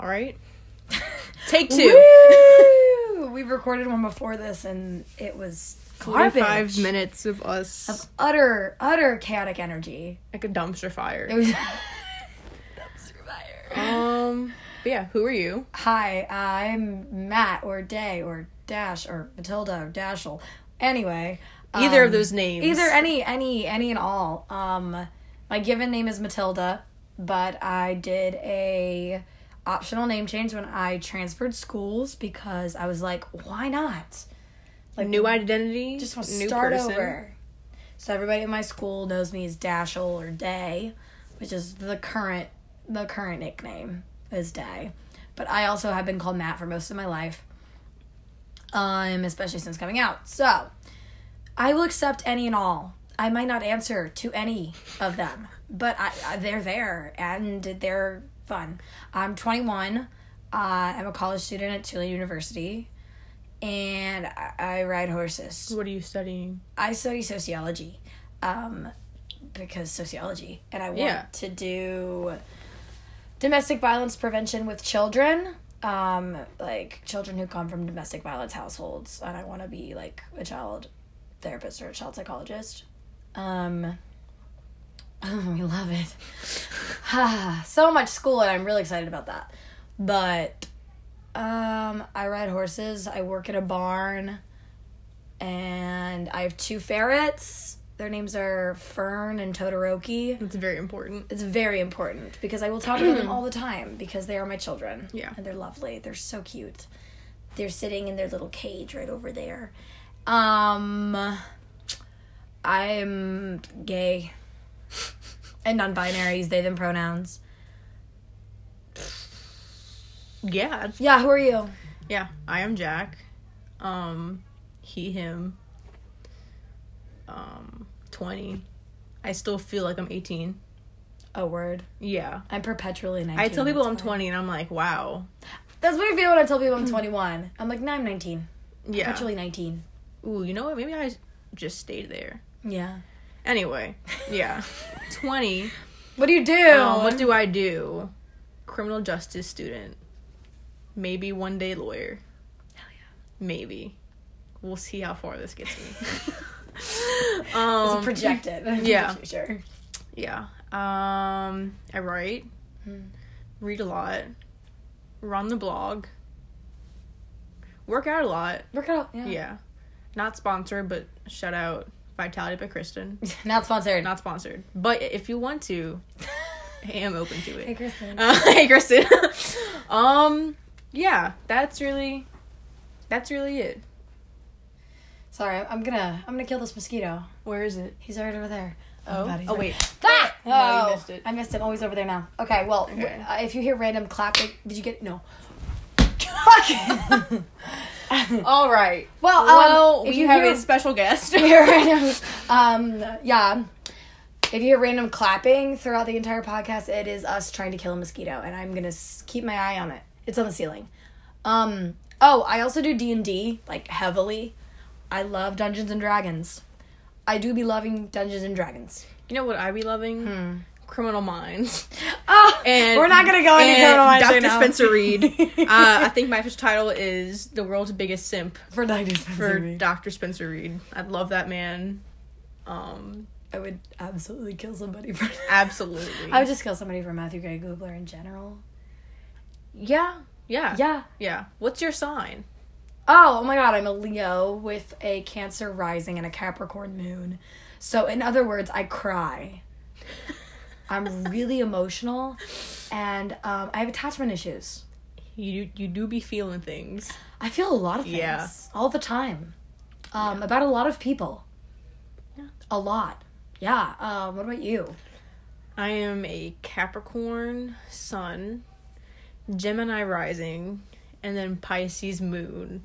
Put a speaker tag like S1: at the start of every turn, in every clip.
S1: All right. Take two.
S2: Woo! We've recorded one before this and it was garbage.
S1: Forty-five minutes of us
S2: Of utter, utter chaotic energy.
S1: like a dumpster fire.
S2: It was. Dumpster fire.
S1: Um. But yeah. Who are you?
S2: Hi, I'm Matt or Day or Dash or Matilda or Dashel. Anyway.
S1: Either
S2: um,
S1: of those names.
S2: Either any, any, any and all. Um, my given name is Matilda, but I did a optional name change when I transferred schools because I was like, why not?
S1: Like new identity.
S2: Just want
S1: want
S2: to start over. So everybody at my school knows me as Dashel or Day, which is the current the current nickname is Day. But I also have been called Matt for most of my life. Um, especially since coming out. So I will accept any and all. I might not answer to any of them, but I, I, they're there and they're fun. I'm 21. Uh, I'm a college student at Tulane University, and I, I ride horses.
S1: What are you studying?
S2: I study sociology, um, because sociology, and I want
S1: Yeah.
S2: to do domestic violence prevention with children, um, like children who come from domestic violence households, and I want to be like a child therapist or a child psychologist. Um, we love it. Ah, so much school, and I'm really excited about that. But um, I ride horses. I work at a barn and I have two ferrets. Their names are Fern and Todoroki.
S1: It's very important.
S2: It's very important because I will talk about them all the time because they are my children.
S1: Yeah.
S2: And they're lovely. They're so cute. They're sitting in their little cage right over there. Um I'm gay. and non binaries, they them pronouns.
S1: Yeah.
S2: Yeah, who are you?
S1: Yeah. I am Jack. Um. He. Him. Um. Twenty. I still feel like I'm eighteen.
S2: A word.
S1: Yeah.
S2: I'm perpetually nineteen.
S1: I tell people
S2: that's
S1: I'm
S2: fine.
S1: 20 and I'm like, wow.
S2: That's what I feel when I tell people I'm twenty one. I'm like, no, I'm nineteen.
S1: Yeah.
S2: Perpetually nineteen.
S1: Ooh, you know what? Maybe I just stayed there.
S2: Yeah.
S1: Anyway, yeah. 20.
S2: What do you do?
S1: Um, what do I do? Criminal justice student. Maybe one day lawyer.
S2: Hell yeah.
S1: Maybe. We'll see how far this gets me.
S2: it's
S1: um,
S2: projected. into the
S1: yeah.
S2: future.
S1: yeah. Um, I write,
S2: Hmm.
S1: read a lot, run the blog, work out a lot.
S2: Work out. Yeah.
S1: Yeah. Not sponsored, but shout out Vitality by Kristen.
S2: Not sponsored.
S1: Not sponsored. But if you want to, I am open to
S2: hey,
S1: it.
S2: Kristen.
S1: Uh, hey, Kristen. um, yeah, that's really, that's really it.
S2: Sorry, I'm gonna I'm gonna kill this mosquito.
S1: Where is it?
S2: He's right over there.
S1: Oh,
S2: God, he's
S1: oh
S2: right-
S1: wait.
S2: Ah!
S1: No, you
S2: Oh,
S1: missed it.
S2: I missed him. Oh, he's over there now. Okay. Well, w-
S1: Okay.
S2: uh, if you hear random clapping, did you get no? Fuck.
S1: All right.
S2: well, um,
S1: Well,
S2: if
S1: we
S2: you
S1: have
S2: hear
S1: a special guest.
S2: hear random, um, yeah. If you hear random clapping throughout the entire podcast, it is us trying to kill a mosquito, and I'm gonna s- keep my eye on it. It's on the ceiling. Um. Oh, I also do D and D like heavily. I love Dungeons and Dragons. I do be loving Dungeons and Dragons.
S1: you know what I be loving? Criminal Minds.
S2: Oh,
S1: And
S2: Hmm. we're not gonna go any
S1: and
S2: criminal minds
S1: Dr.
S2: right now.
S1: Spencer Reed. uh, I think my official title is the world's biggest simp
S2: for Dr. Spencer
S1: for
S2: Reed.
S1: Dr. Spencer Reed. I love that man. Um,
S2: I would absolutely kill somebody for.
S1: absolutely.
S2: I would just kill somebody for Matthew Gray Goobler in general.
S1: yeah, yeah,
S2: Yeah.
S1: yeah. What's your sign?
S2: Oh, oh my god, I'm a Leo with a Cancer rising and a Capricorn moon. So, in other words, I cry. I'm really emotional and um, I have attachment issues.
S1: You you do be feeling things.
S2: I feel a lot of things
S1: Yeah.
S2: all the time um, about a lot of people.
S1: Yeah.
S2: A lot. Yeah. Um, what about you?
S1: I am a Capricorn sun, Gemini rising, and then Pisces moon.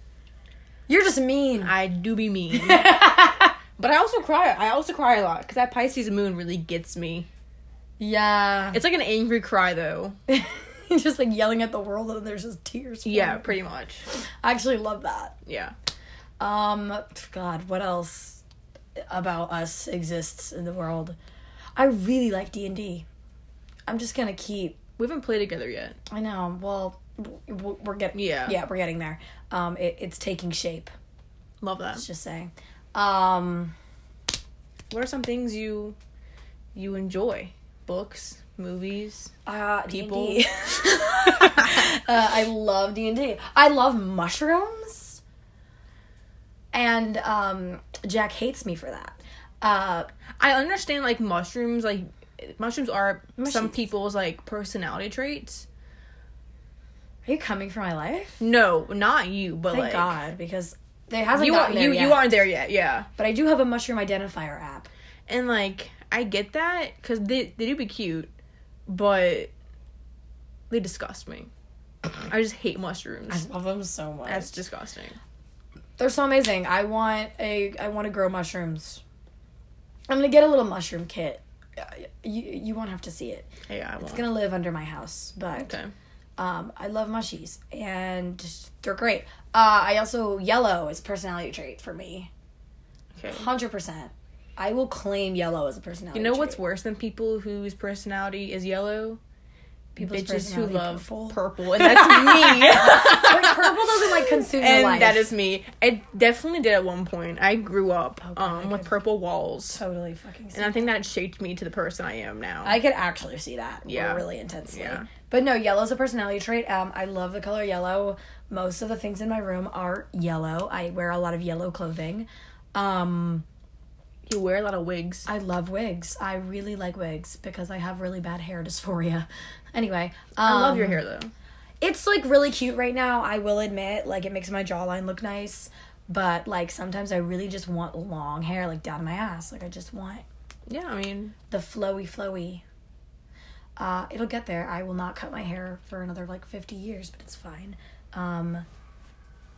S2: You're just mean.
S1: I do be mean, but I also cry. I also cry a lot because that Pisces moon really gets me.
S2: yeah.
S1: It's like an angry cry though.
S2: just like yelling at the world and there's just tears. flowing.
S1: Yeah, pretty much.
S2: I actually love that.
S1: Yeah.
S2: Um, God, what else about us exists in the world? I really like D and D. I'm just gonna keep.
S1: We haven't played together yet.
S2: I know. Well, w- w- we're getting
S1: Yeah.
S2: yeah we're getting there. Um, it, it's taking shape.
S1: Love that.
S2: Let's just say. Um,
S1: What are some things you you enjoy? Books, movies.
S2: uh,
S1: People.
S2: D&D. uh, I love D and D. I love mushrooms. And um, Jack hates me for that. Uh,
S1: I understand like mushrooms, like mushrooms are some
S2: Mushrooms.
S1: people's like personality traits.
S2: are you coming for my life?
S1: No, not you, but
S2: Thank
S1: like
S2: God, because there hasn't
S1: you
S2: gotten
S1: are,
S2: there
S1: you
S2: yet.
S1: you aren't there yet. Yeah,
S2: But I do have a mushroom identifier app.
S1: and like I get that because they they do be cute, but they disgust me. I just hate mushrooms.
S2: love them so much.
S1: That's disgusting.
S2: They're so amazing. I want a. I want to grow mushrooms. I'm gonna get a little mushroom kit. Uh, You you won't have to see it.
S1: Yeah, I won't.
S2: It's gonna live under my house, but
S1: okay.
S2: um, I love mushies and they're great. Uh, I also yellow is a personality trait for me,
S1: Okay.
S2: hundred percent. I will claim yellow as a personality.
S1: You know what's
S2: trait.
S1: worse than people whose personality is yellow?
S2: People's
S1: Bitches who
S2: personality
S1: love purple.
S2: purple.
S1: and that's me.
S2: Like, purple doesn't like consume your
S1: and
S2: life.
S1: that is me. It definitely did at one point. I grew up
S2: Oh,
S1: um with
S2: good.
S1: purple walls,
S2: totally fucking.
S1: and I think that shaped me to the person I am now.
S2: I could actually see that
S1: Yeah.
S2: really intensely.
S1: Yeah.
S2: But no, yellow's a personality trait. Um, I love the color yellow. Most of the things in my room are yellow. I wear a lot of yellow clothing. Um,
S1: you wear a lot of wigs.
S2: I love wigs. I really like wigs because I have really bad hair dysphoria. Anyway, um,
S1: I love your hair though.
S2: It's like really cute right now. I will admit, like it makes my jawline look nice. But like sometimes I really just want long hair, like down to my ass. Like I just want
S1: Yeah, I mean,
S2: the flowy flowy. Uh, it'll get there. I will not cut my hair for another like 50 years, but it's fine. Um,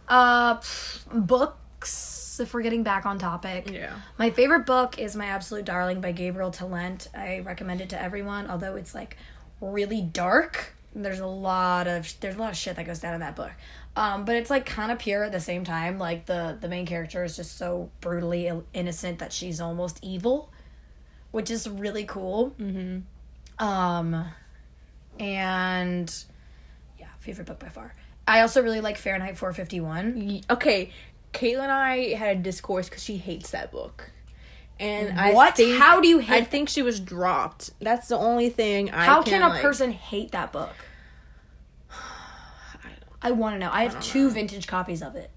S2: uh, pff, books, if we're getting back on topic.
S1: yeah.
S2: My favorite book is My Absolute Darling by Gabriel Talent. I recommend it to everyone, although it's like really dark. There's a lot of there's a lot of shit that goes down in that book. Um, but it's like kind of pure at the same time. Like the the main character is just so brutally ill- innocent that she's almost evil, which is really cool. Um, and yeah, favorite book by far. I also really like Fahrenheit 451.
S1: Y- Okay, Caitlin and I had a discourse because she hates that book. And I
S2: What?
S1: think-
S2: How do you hate
S1: I
S2: that?
S1: think she was dropped. That's the only thing I
S2: How can, a
S1: like-
S2: person hate that book? I want to know. I have two vintage copies of it.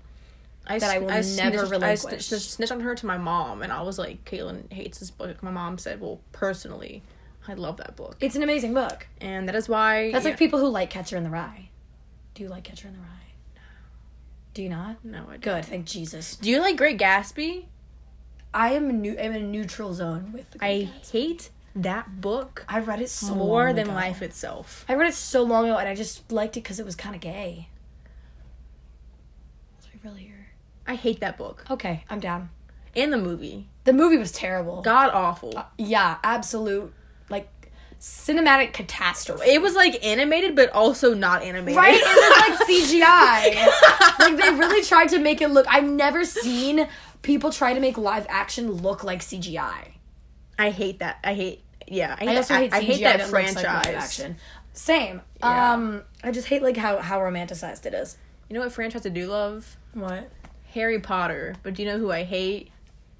S1: I
S2: that I
S1: sn-
S2: will
S1: snitched-
S2: never
S1: I
S2: relinquish.
S1: sn- sn- snitched on her to my mom, and I was like, "Caitlin hates this book." My mom said, "Well, personally, I love that book,
S2: It's an amazing book.
S1: and that is why."
S2: That's like people who like Catcher in the Rye. Do you like Catcher in the Rye? Do you not?
S1: no, I don't.
S2: Good, thank Jesus.
S1: Do you like Great Gatsby?
S2: I am a new. I'm in a neutral zone with. The
S1: I
S2: Great Gatsby.
S1: hate that book
S2: I read it so
S1: more
S2: long
S1: than
S2: ago.
S1: life itself.
S2: I read it so long ago, and I just liked it because it was kind of gay. That's what I really hear.
S1: I hate that book
S2: Okay, I'm down.
S1: and the movie.
S2: The movie was terrible.
S1: God awful.
S2: Yeah, absolute like cinematic catastrophe.
S1: it was like animated, but also not animated.
S2: Right? It was like CGI. like they really tried to make it look. I've never seen people try to make live action look like CGI.
S1: I hate that. I hate. Yeah, I, hate
S2: I also
S1: I,
S2: hate CGI
S1: I hate that,
S2: that looks
S1: franchise.
S2: like live action. Same.
S1: Yeah.
S2: Um, I just hate like how how romanticized it is.
S1: You know what franchise I do love?
S2: What?
S1: Harry Potter. But do you know who I hate?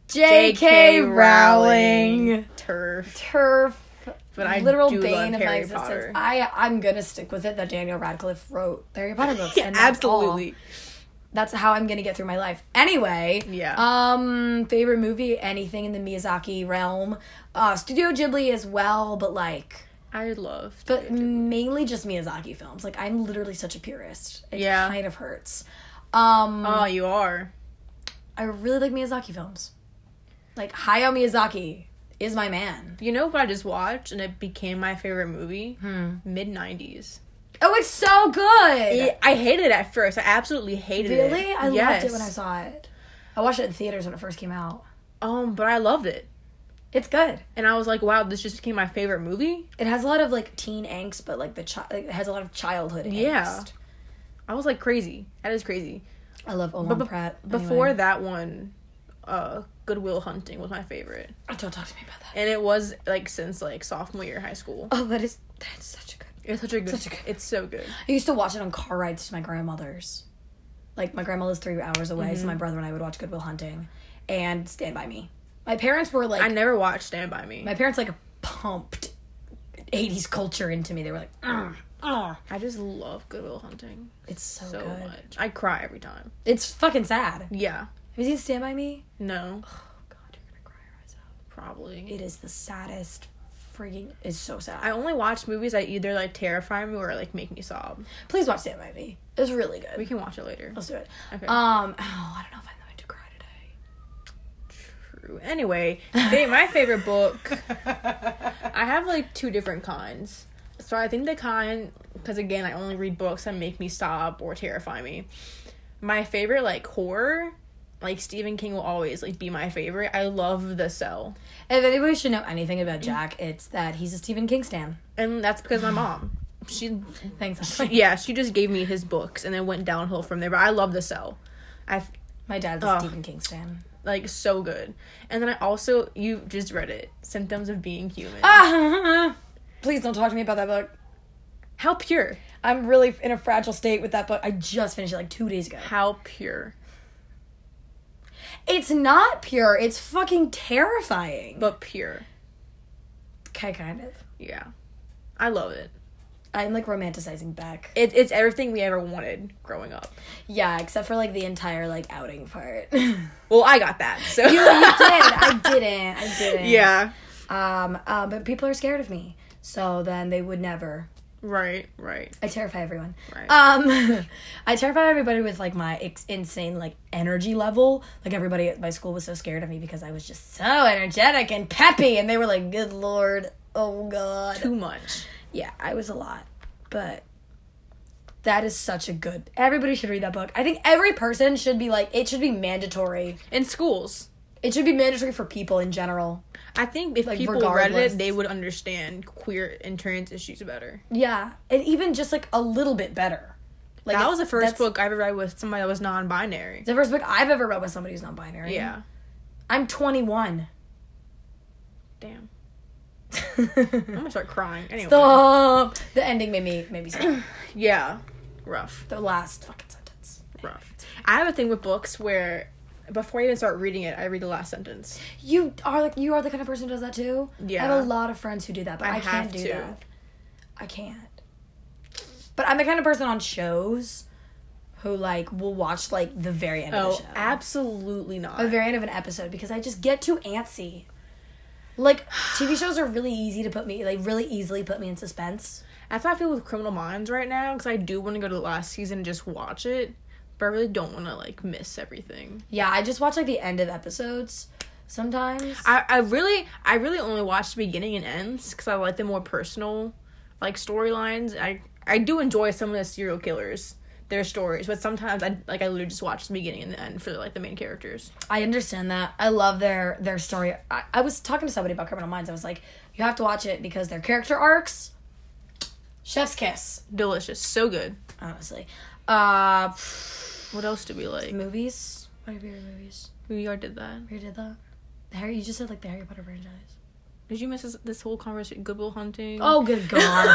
S2: J.K. Rowling.
S1: Turf.
S2: Turf.
S1: But I
S2: literal
S1: do
S2: bane
S1: love
S2: of my
S1: Harry
S2: existence.
S1: Potter.
S2: I I'm gonna stick with it that Daniel Radcliffe wrote the Harry Potter books. and that's all.
S1: Absolutely.
S2: that's how I'm gonna get through my life. Anyway,
S1: Yeah.
S2: Um, favorite movie, anything in the Miyazaki realm, uh, Studio Ghibli as well, but like,
S1: I love.
S2: but mainly just Miyazaki films. Like, I'm literally such a purist. It
S1: Yeah.
S2: kind of hurts. Um,
S1: oh, you are.
S2: I really like Miyazaki films. Like Hayao Miyazaki is my man.
S1: You know what I just watched, and it became my favorite movie.
S2: Hmm.
S1: Mid nineties.
S2: Oh, it's so good.
S1: I hated it at first. I absolutely hated it.
S2: Really, I
S1: Yes.
S2: loved it when I saw it. I watched it in theaters when it first came out.
S1: Um, but I loved it,
S2: It's good.
S1: and I was like, "Wow, this just became my favorite movie."
S2: It has a lot of like teen angst, but like the chi- like, it has a lot of childhood angst.
S1: Yeah. I was like, "Crazy! That is crazy."
S2: I love Olam
S1: be-
S2: Pratt.
S1: Before
S2: anyway.
S1: that one, uh, Goodwill Hunting was my favorite,
S2: Oh, don't talk to me about that.
S1: and it was like since like sophomore year of high school.
S2: Oh, that is that's such a good.
S1: It's such a good.
S2: Such a good-
S1: It's so good.
S2: I used to watch it on car rides to my grandmother's. Like my grandmother's three hours away, so my brother and I would watch Goodwill Hunting and Stand by Me. My parents were like,
S1: I never watched Stand by Me.
S2: my parents like pumped '80s culture into me. They were like, "Ugh, ugh."
S1: I just love Goodwill Hunting
S2: it's so,
S1: so
S2: good.
S1: much. I cry every time.
S2: It's fucking sad. Have
S1: Yeah.
S2: you seen Stand by Me?
S1: No.
S2: Oh God, you're gonna cry your eyes out.
S1: Probably.
S2: It is the saddest. Freaking, it's so sad.
S1: I only watch movies that either like terrify me or like make me sob.
S2: Please watch Stand by Me. It's really good.
S1: We can watch it later.
S2: Let's do it.
S1: Okay.
S2: Um, oh, I don't know if I'm going to cry today.
S1: True. Anyway, they, my favorite book. I have like two different kinds. So I think the kind, because again, I only read books that make me sob or terrify me. My favorite like horror, like Stephen King will always like be my favorite. I love The Cell,
S2: If anybody should know anything about Jack, it's that he's a Stephen King stan.
S1: and that's because my mom. She,
S2: Thanks.
S1: she- yeah, she just gave me his books, and it went downhill from there. But I love The Cell. I f-
S2: My dad's a
S1: Ugh.
S2: Stephen King stan.
S1: like so good. And then I also you just read it, Symptoms of Being Human.
S2: Ah, please don't talk to me about that book.
S1: How pure.
S2: I'm really in a fragile state with that book. I just finished it like two days ago.
S1: How pure.
S2: It's not pure. It's fucking terrifying.
S1: But pure.
S2: Okay, kind of.
S1: Yeah. I love it.
S2: I'm like romanticizing Beck.
S1: it. It's everything we ever wanted growing up.
S2: Yeah, except for like the entire like outing part.
S1: Well, I got that. So
S2: You, you did. I didn't. I didn't.
S1: Yeah.
S2: Um, uh, but people are scared of me, so then they would never.
S1: Right, right.
S2: I terrify everyone.
S1: Right.
S2: Um, I terrify everybody with like my ex- insane like energy level. Like everybody at my school was so scared of me because I was just so energetic and peppy, and they were like, "Good lord, oh god."
S1: Too much.
S2: Yeah, I was a lot, but that is such a good. Everybody should read that book. I think every person should be like, it should be mandatory.
S1: In schools.
S2: It should be mandatory for people in general.
S1: I think if
S2: Like,
S1: people read
S2: regardless.
S1: it, they would understand queer and trans issues better.
S2: Yeah, and even just like a little bit better. Like
S1: that
S2: it's-
S1: was the first
S2: that's-
S1: book I ever read with somebody that was non binary.
S2: The first book I've ever read with somebody who's non-binary.
S1: Yeah.
S2: I'm 21.
S1: Damn. I'm
S2: Stop.
S1: gonna start crying. Anyway.
S2: The ending made me made me sad.
S1: Yeah. Rough.
S2: the last fucking sentence.
S1: Rough. I have a thing with books where before I even start reading it, I read the last sentence.
S2: You are like you are the kind of person who does that too. I
S1: Yeah.
S2: have a lot of friends who do that, but
S1: I
S2: I,
S1: have
S2: can't do
S1: to.
S2: that. I can't. But I'm the kind of person on shows who like will watch like the very end of
S1: Oh,
S2: the show.
S1: absolutely not.
S2: the very end of an episode because I just get too antsy. Like TV shows are really easy to put me like really easily put me in suspense.
S1: That's how I feel with Criminal Minds right now because I do want to go to the last season and just watch it, but I really don't want to like miss everything.
S2: Yeah, I just watch like the end of episodes sometimes.
S1: I, I really I really only watch the beginning and ends because I like the more personal like storylines. I I do enjoy some of the serial killers their stories, but sometimes I like I literally just watch the beginning and the end for like the main characters.
S2: I understand that. I love their their story. I, I was talking to somebody about Criminal Minds. I was like, you have to watch it because their character arcs. Chef's kiss,
S1: Delicious, so good.
S2: honestly. Uh,
S1: What else do we like?
S2: movies. What are your favorite movies?
S1: We already did that.
S2: We already did that. The Harry, you just said like the Harry Potter franchise.
S1: Did you miss this, this whole conversation? Goodwill Hunting.
S2: Oh, good god.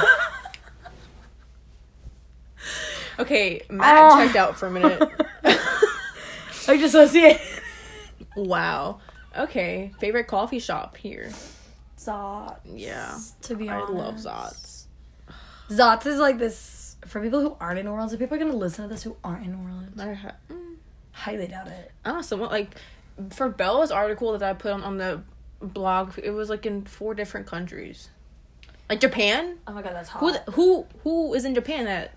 S1: okay. Matt
S2: Oh.
S1: checked out for a minute.
S2: I dissociate.
S1: Wow. Okay. Favorite coffee shop here.
S2: Zots.
S1: Yeah.
S2: To be
S1: I
S2: honest,
S1: love Zots.
S2: Zots is like this for people who aren't in New Orleans. If people are gonna listen to this who aren't in New Orleans,
S1: I ha- mm.
S2: highly doubt it.
S1: I don't know. Someone like for Bella's article that I put on on the blog. It was like in four different countries. Like Japan.
S2: Oh my god, that's hot.
S1: Who th- who who is in Japan? That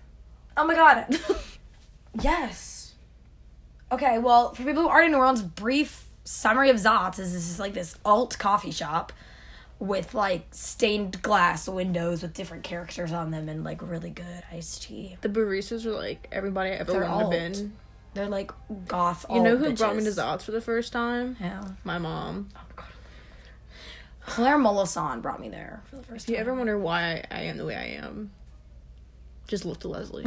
S2: Oh my god. yes. Okay, well, for people who aren't in New Orleans, brief summary of Zots is this is like this alt coffee shop with like stained glass windows with different characters on them and like really good iced tea.
S1: the baristas are like everybody I ever
S2: They're
S1: wanted
S2: alt.
S1: to been.
S2: They're like goth.
S1: You know who brought me to
S2: bitches.
S1: Zots for the first time?
S2: Yeah.
S1: My mom.
S2: Oh my god. Claire Molason brought me there for the first
S1: Do
S2: time.
S1: you ever wonder why I am the way I am? Just look to Leslie.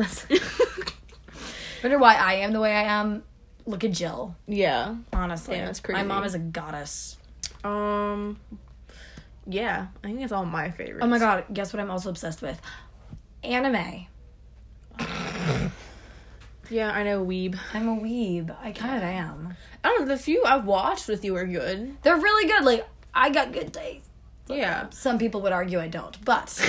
S2: wonder why I am the way I am? Look at Jill.
S1: yeah.
S2: Honestly,
S1: Yeah, it's
S2: My mom
S1: crazy.
S2: is a goddess.
S1: Um. Yeah, I think that's all my favorites.
S2: Oh my god, guess what I'm also obsessed with? Anime.
S1: Yeah, I know Weeb.
S2: I'm a weeb. I kind of am.
S1: I don't know, the few I've watched with you are good.
S2: They're really good. Like I got good taste.
S1: Yeah.
S2: Some people would argue I don't, but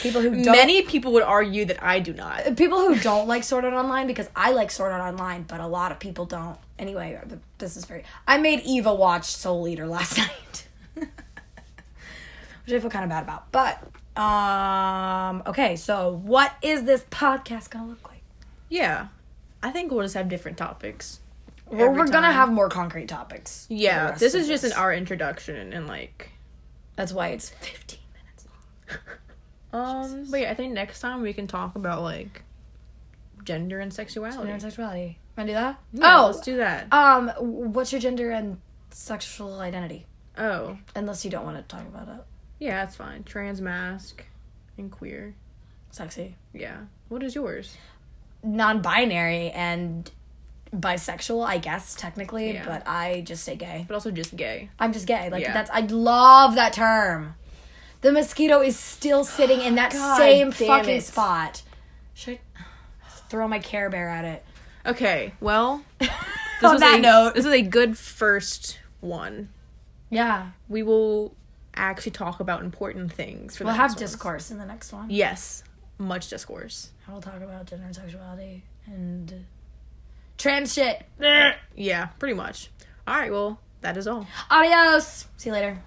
S2: people who don't
S1: Many people would argue that I do not.
S2: people who don't like Sword Art Online because I like Sword Art Online, but a lot of people don't. Anyway, th- this is very. I made Eva watch Soul Eater last night, which I feel kind of bad about. But um, okay, so what is this podcast gonna look like?
S1: Yeah. I think we'll just have different topics.
S2: Well,
S1: Every
S2: we're gonna
S1: time.
S2: have more concrete topics. for the
S1: Yeah,
S2: rest
S1: this
S2: of
S1: is just an our introduction and like
S2: That's why it's fifteen minutes.
S1: um but yeah, I think next time we can talk about like gender and sexuality.
S2: Long. Sexuality. Wanna do that?
S1: Yeah,
S2: oh,
S1: let's do that.
S2: um, what's your gender and sexual identity?
S1: Oh.
S2: Unless you don't want to talk about it.
S1: Yeah, that's fine. Trans mask and queer.
S2: Sexy.
S1: Yeah. What is yours?
S2: non-binary and bisexual i guess technically
S1: Yeah.
S2: but i just say gay
S1: But also just gay.
S2: i'm just gay like
S1: Yeah.
S2: that's i love that term the mosquito is still sitting in that
S1: God
S2: same
S1: damn
S2: fucking
S1: it.
S2: spot should i throw my care bear at it
S1: Okay. Well, this
S2: on
S1: was
S2: that
S1: a-
S2: note
S1: this was a good first one.
S2: yeah
S1: We will actually talk about important things for
S2: we'll
S1: the
S2: have
S1: next ones.
S2: discourse in the next one
S1: Yes, much discourse.
S2: i will talk about gender and sexuality and trans shit
S1: Yeah, pretty much. All right. Well, that is all.
S2: adios see you later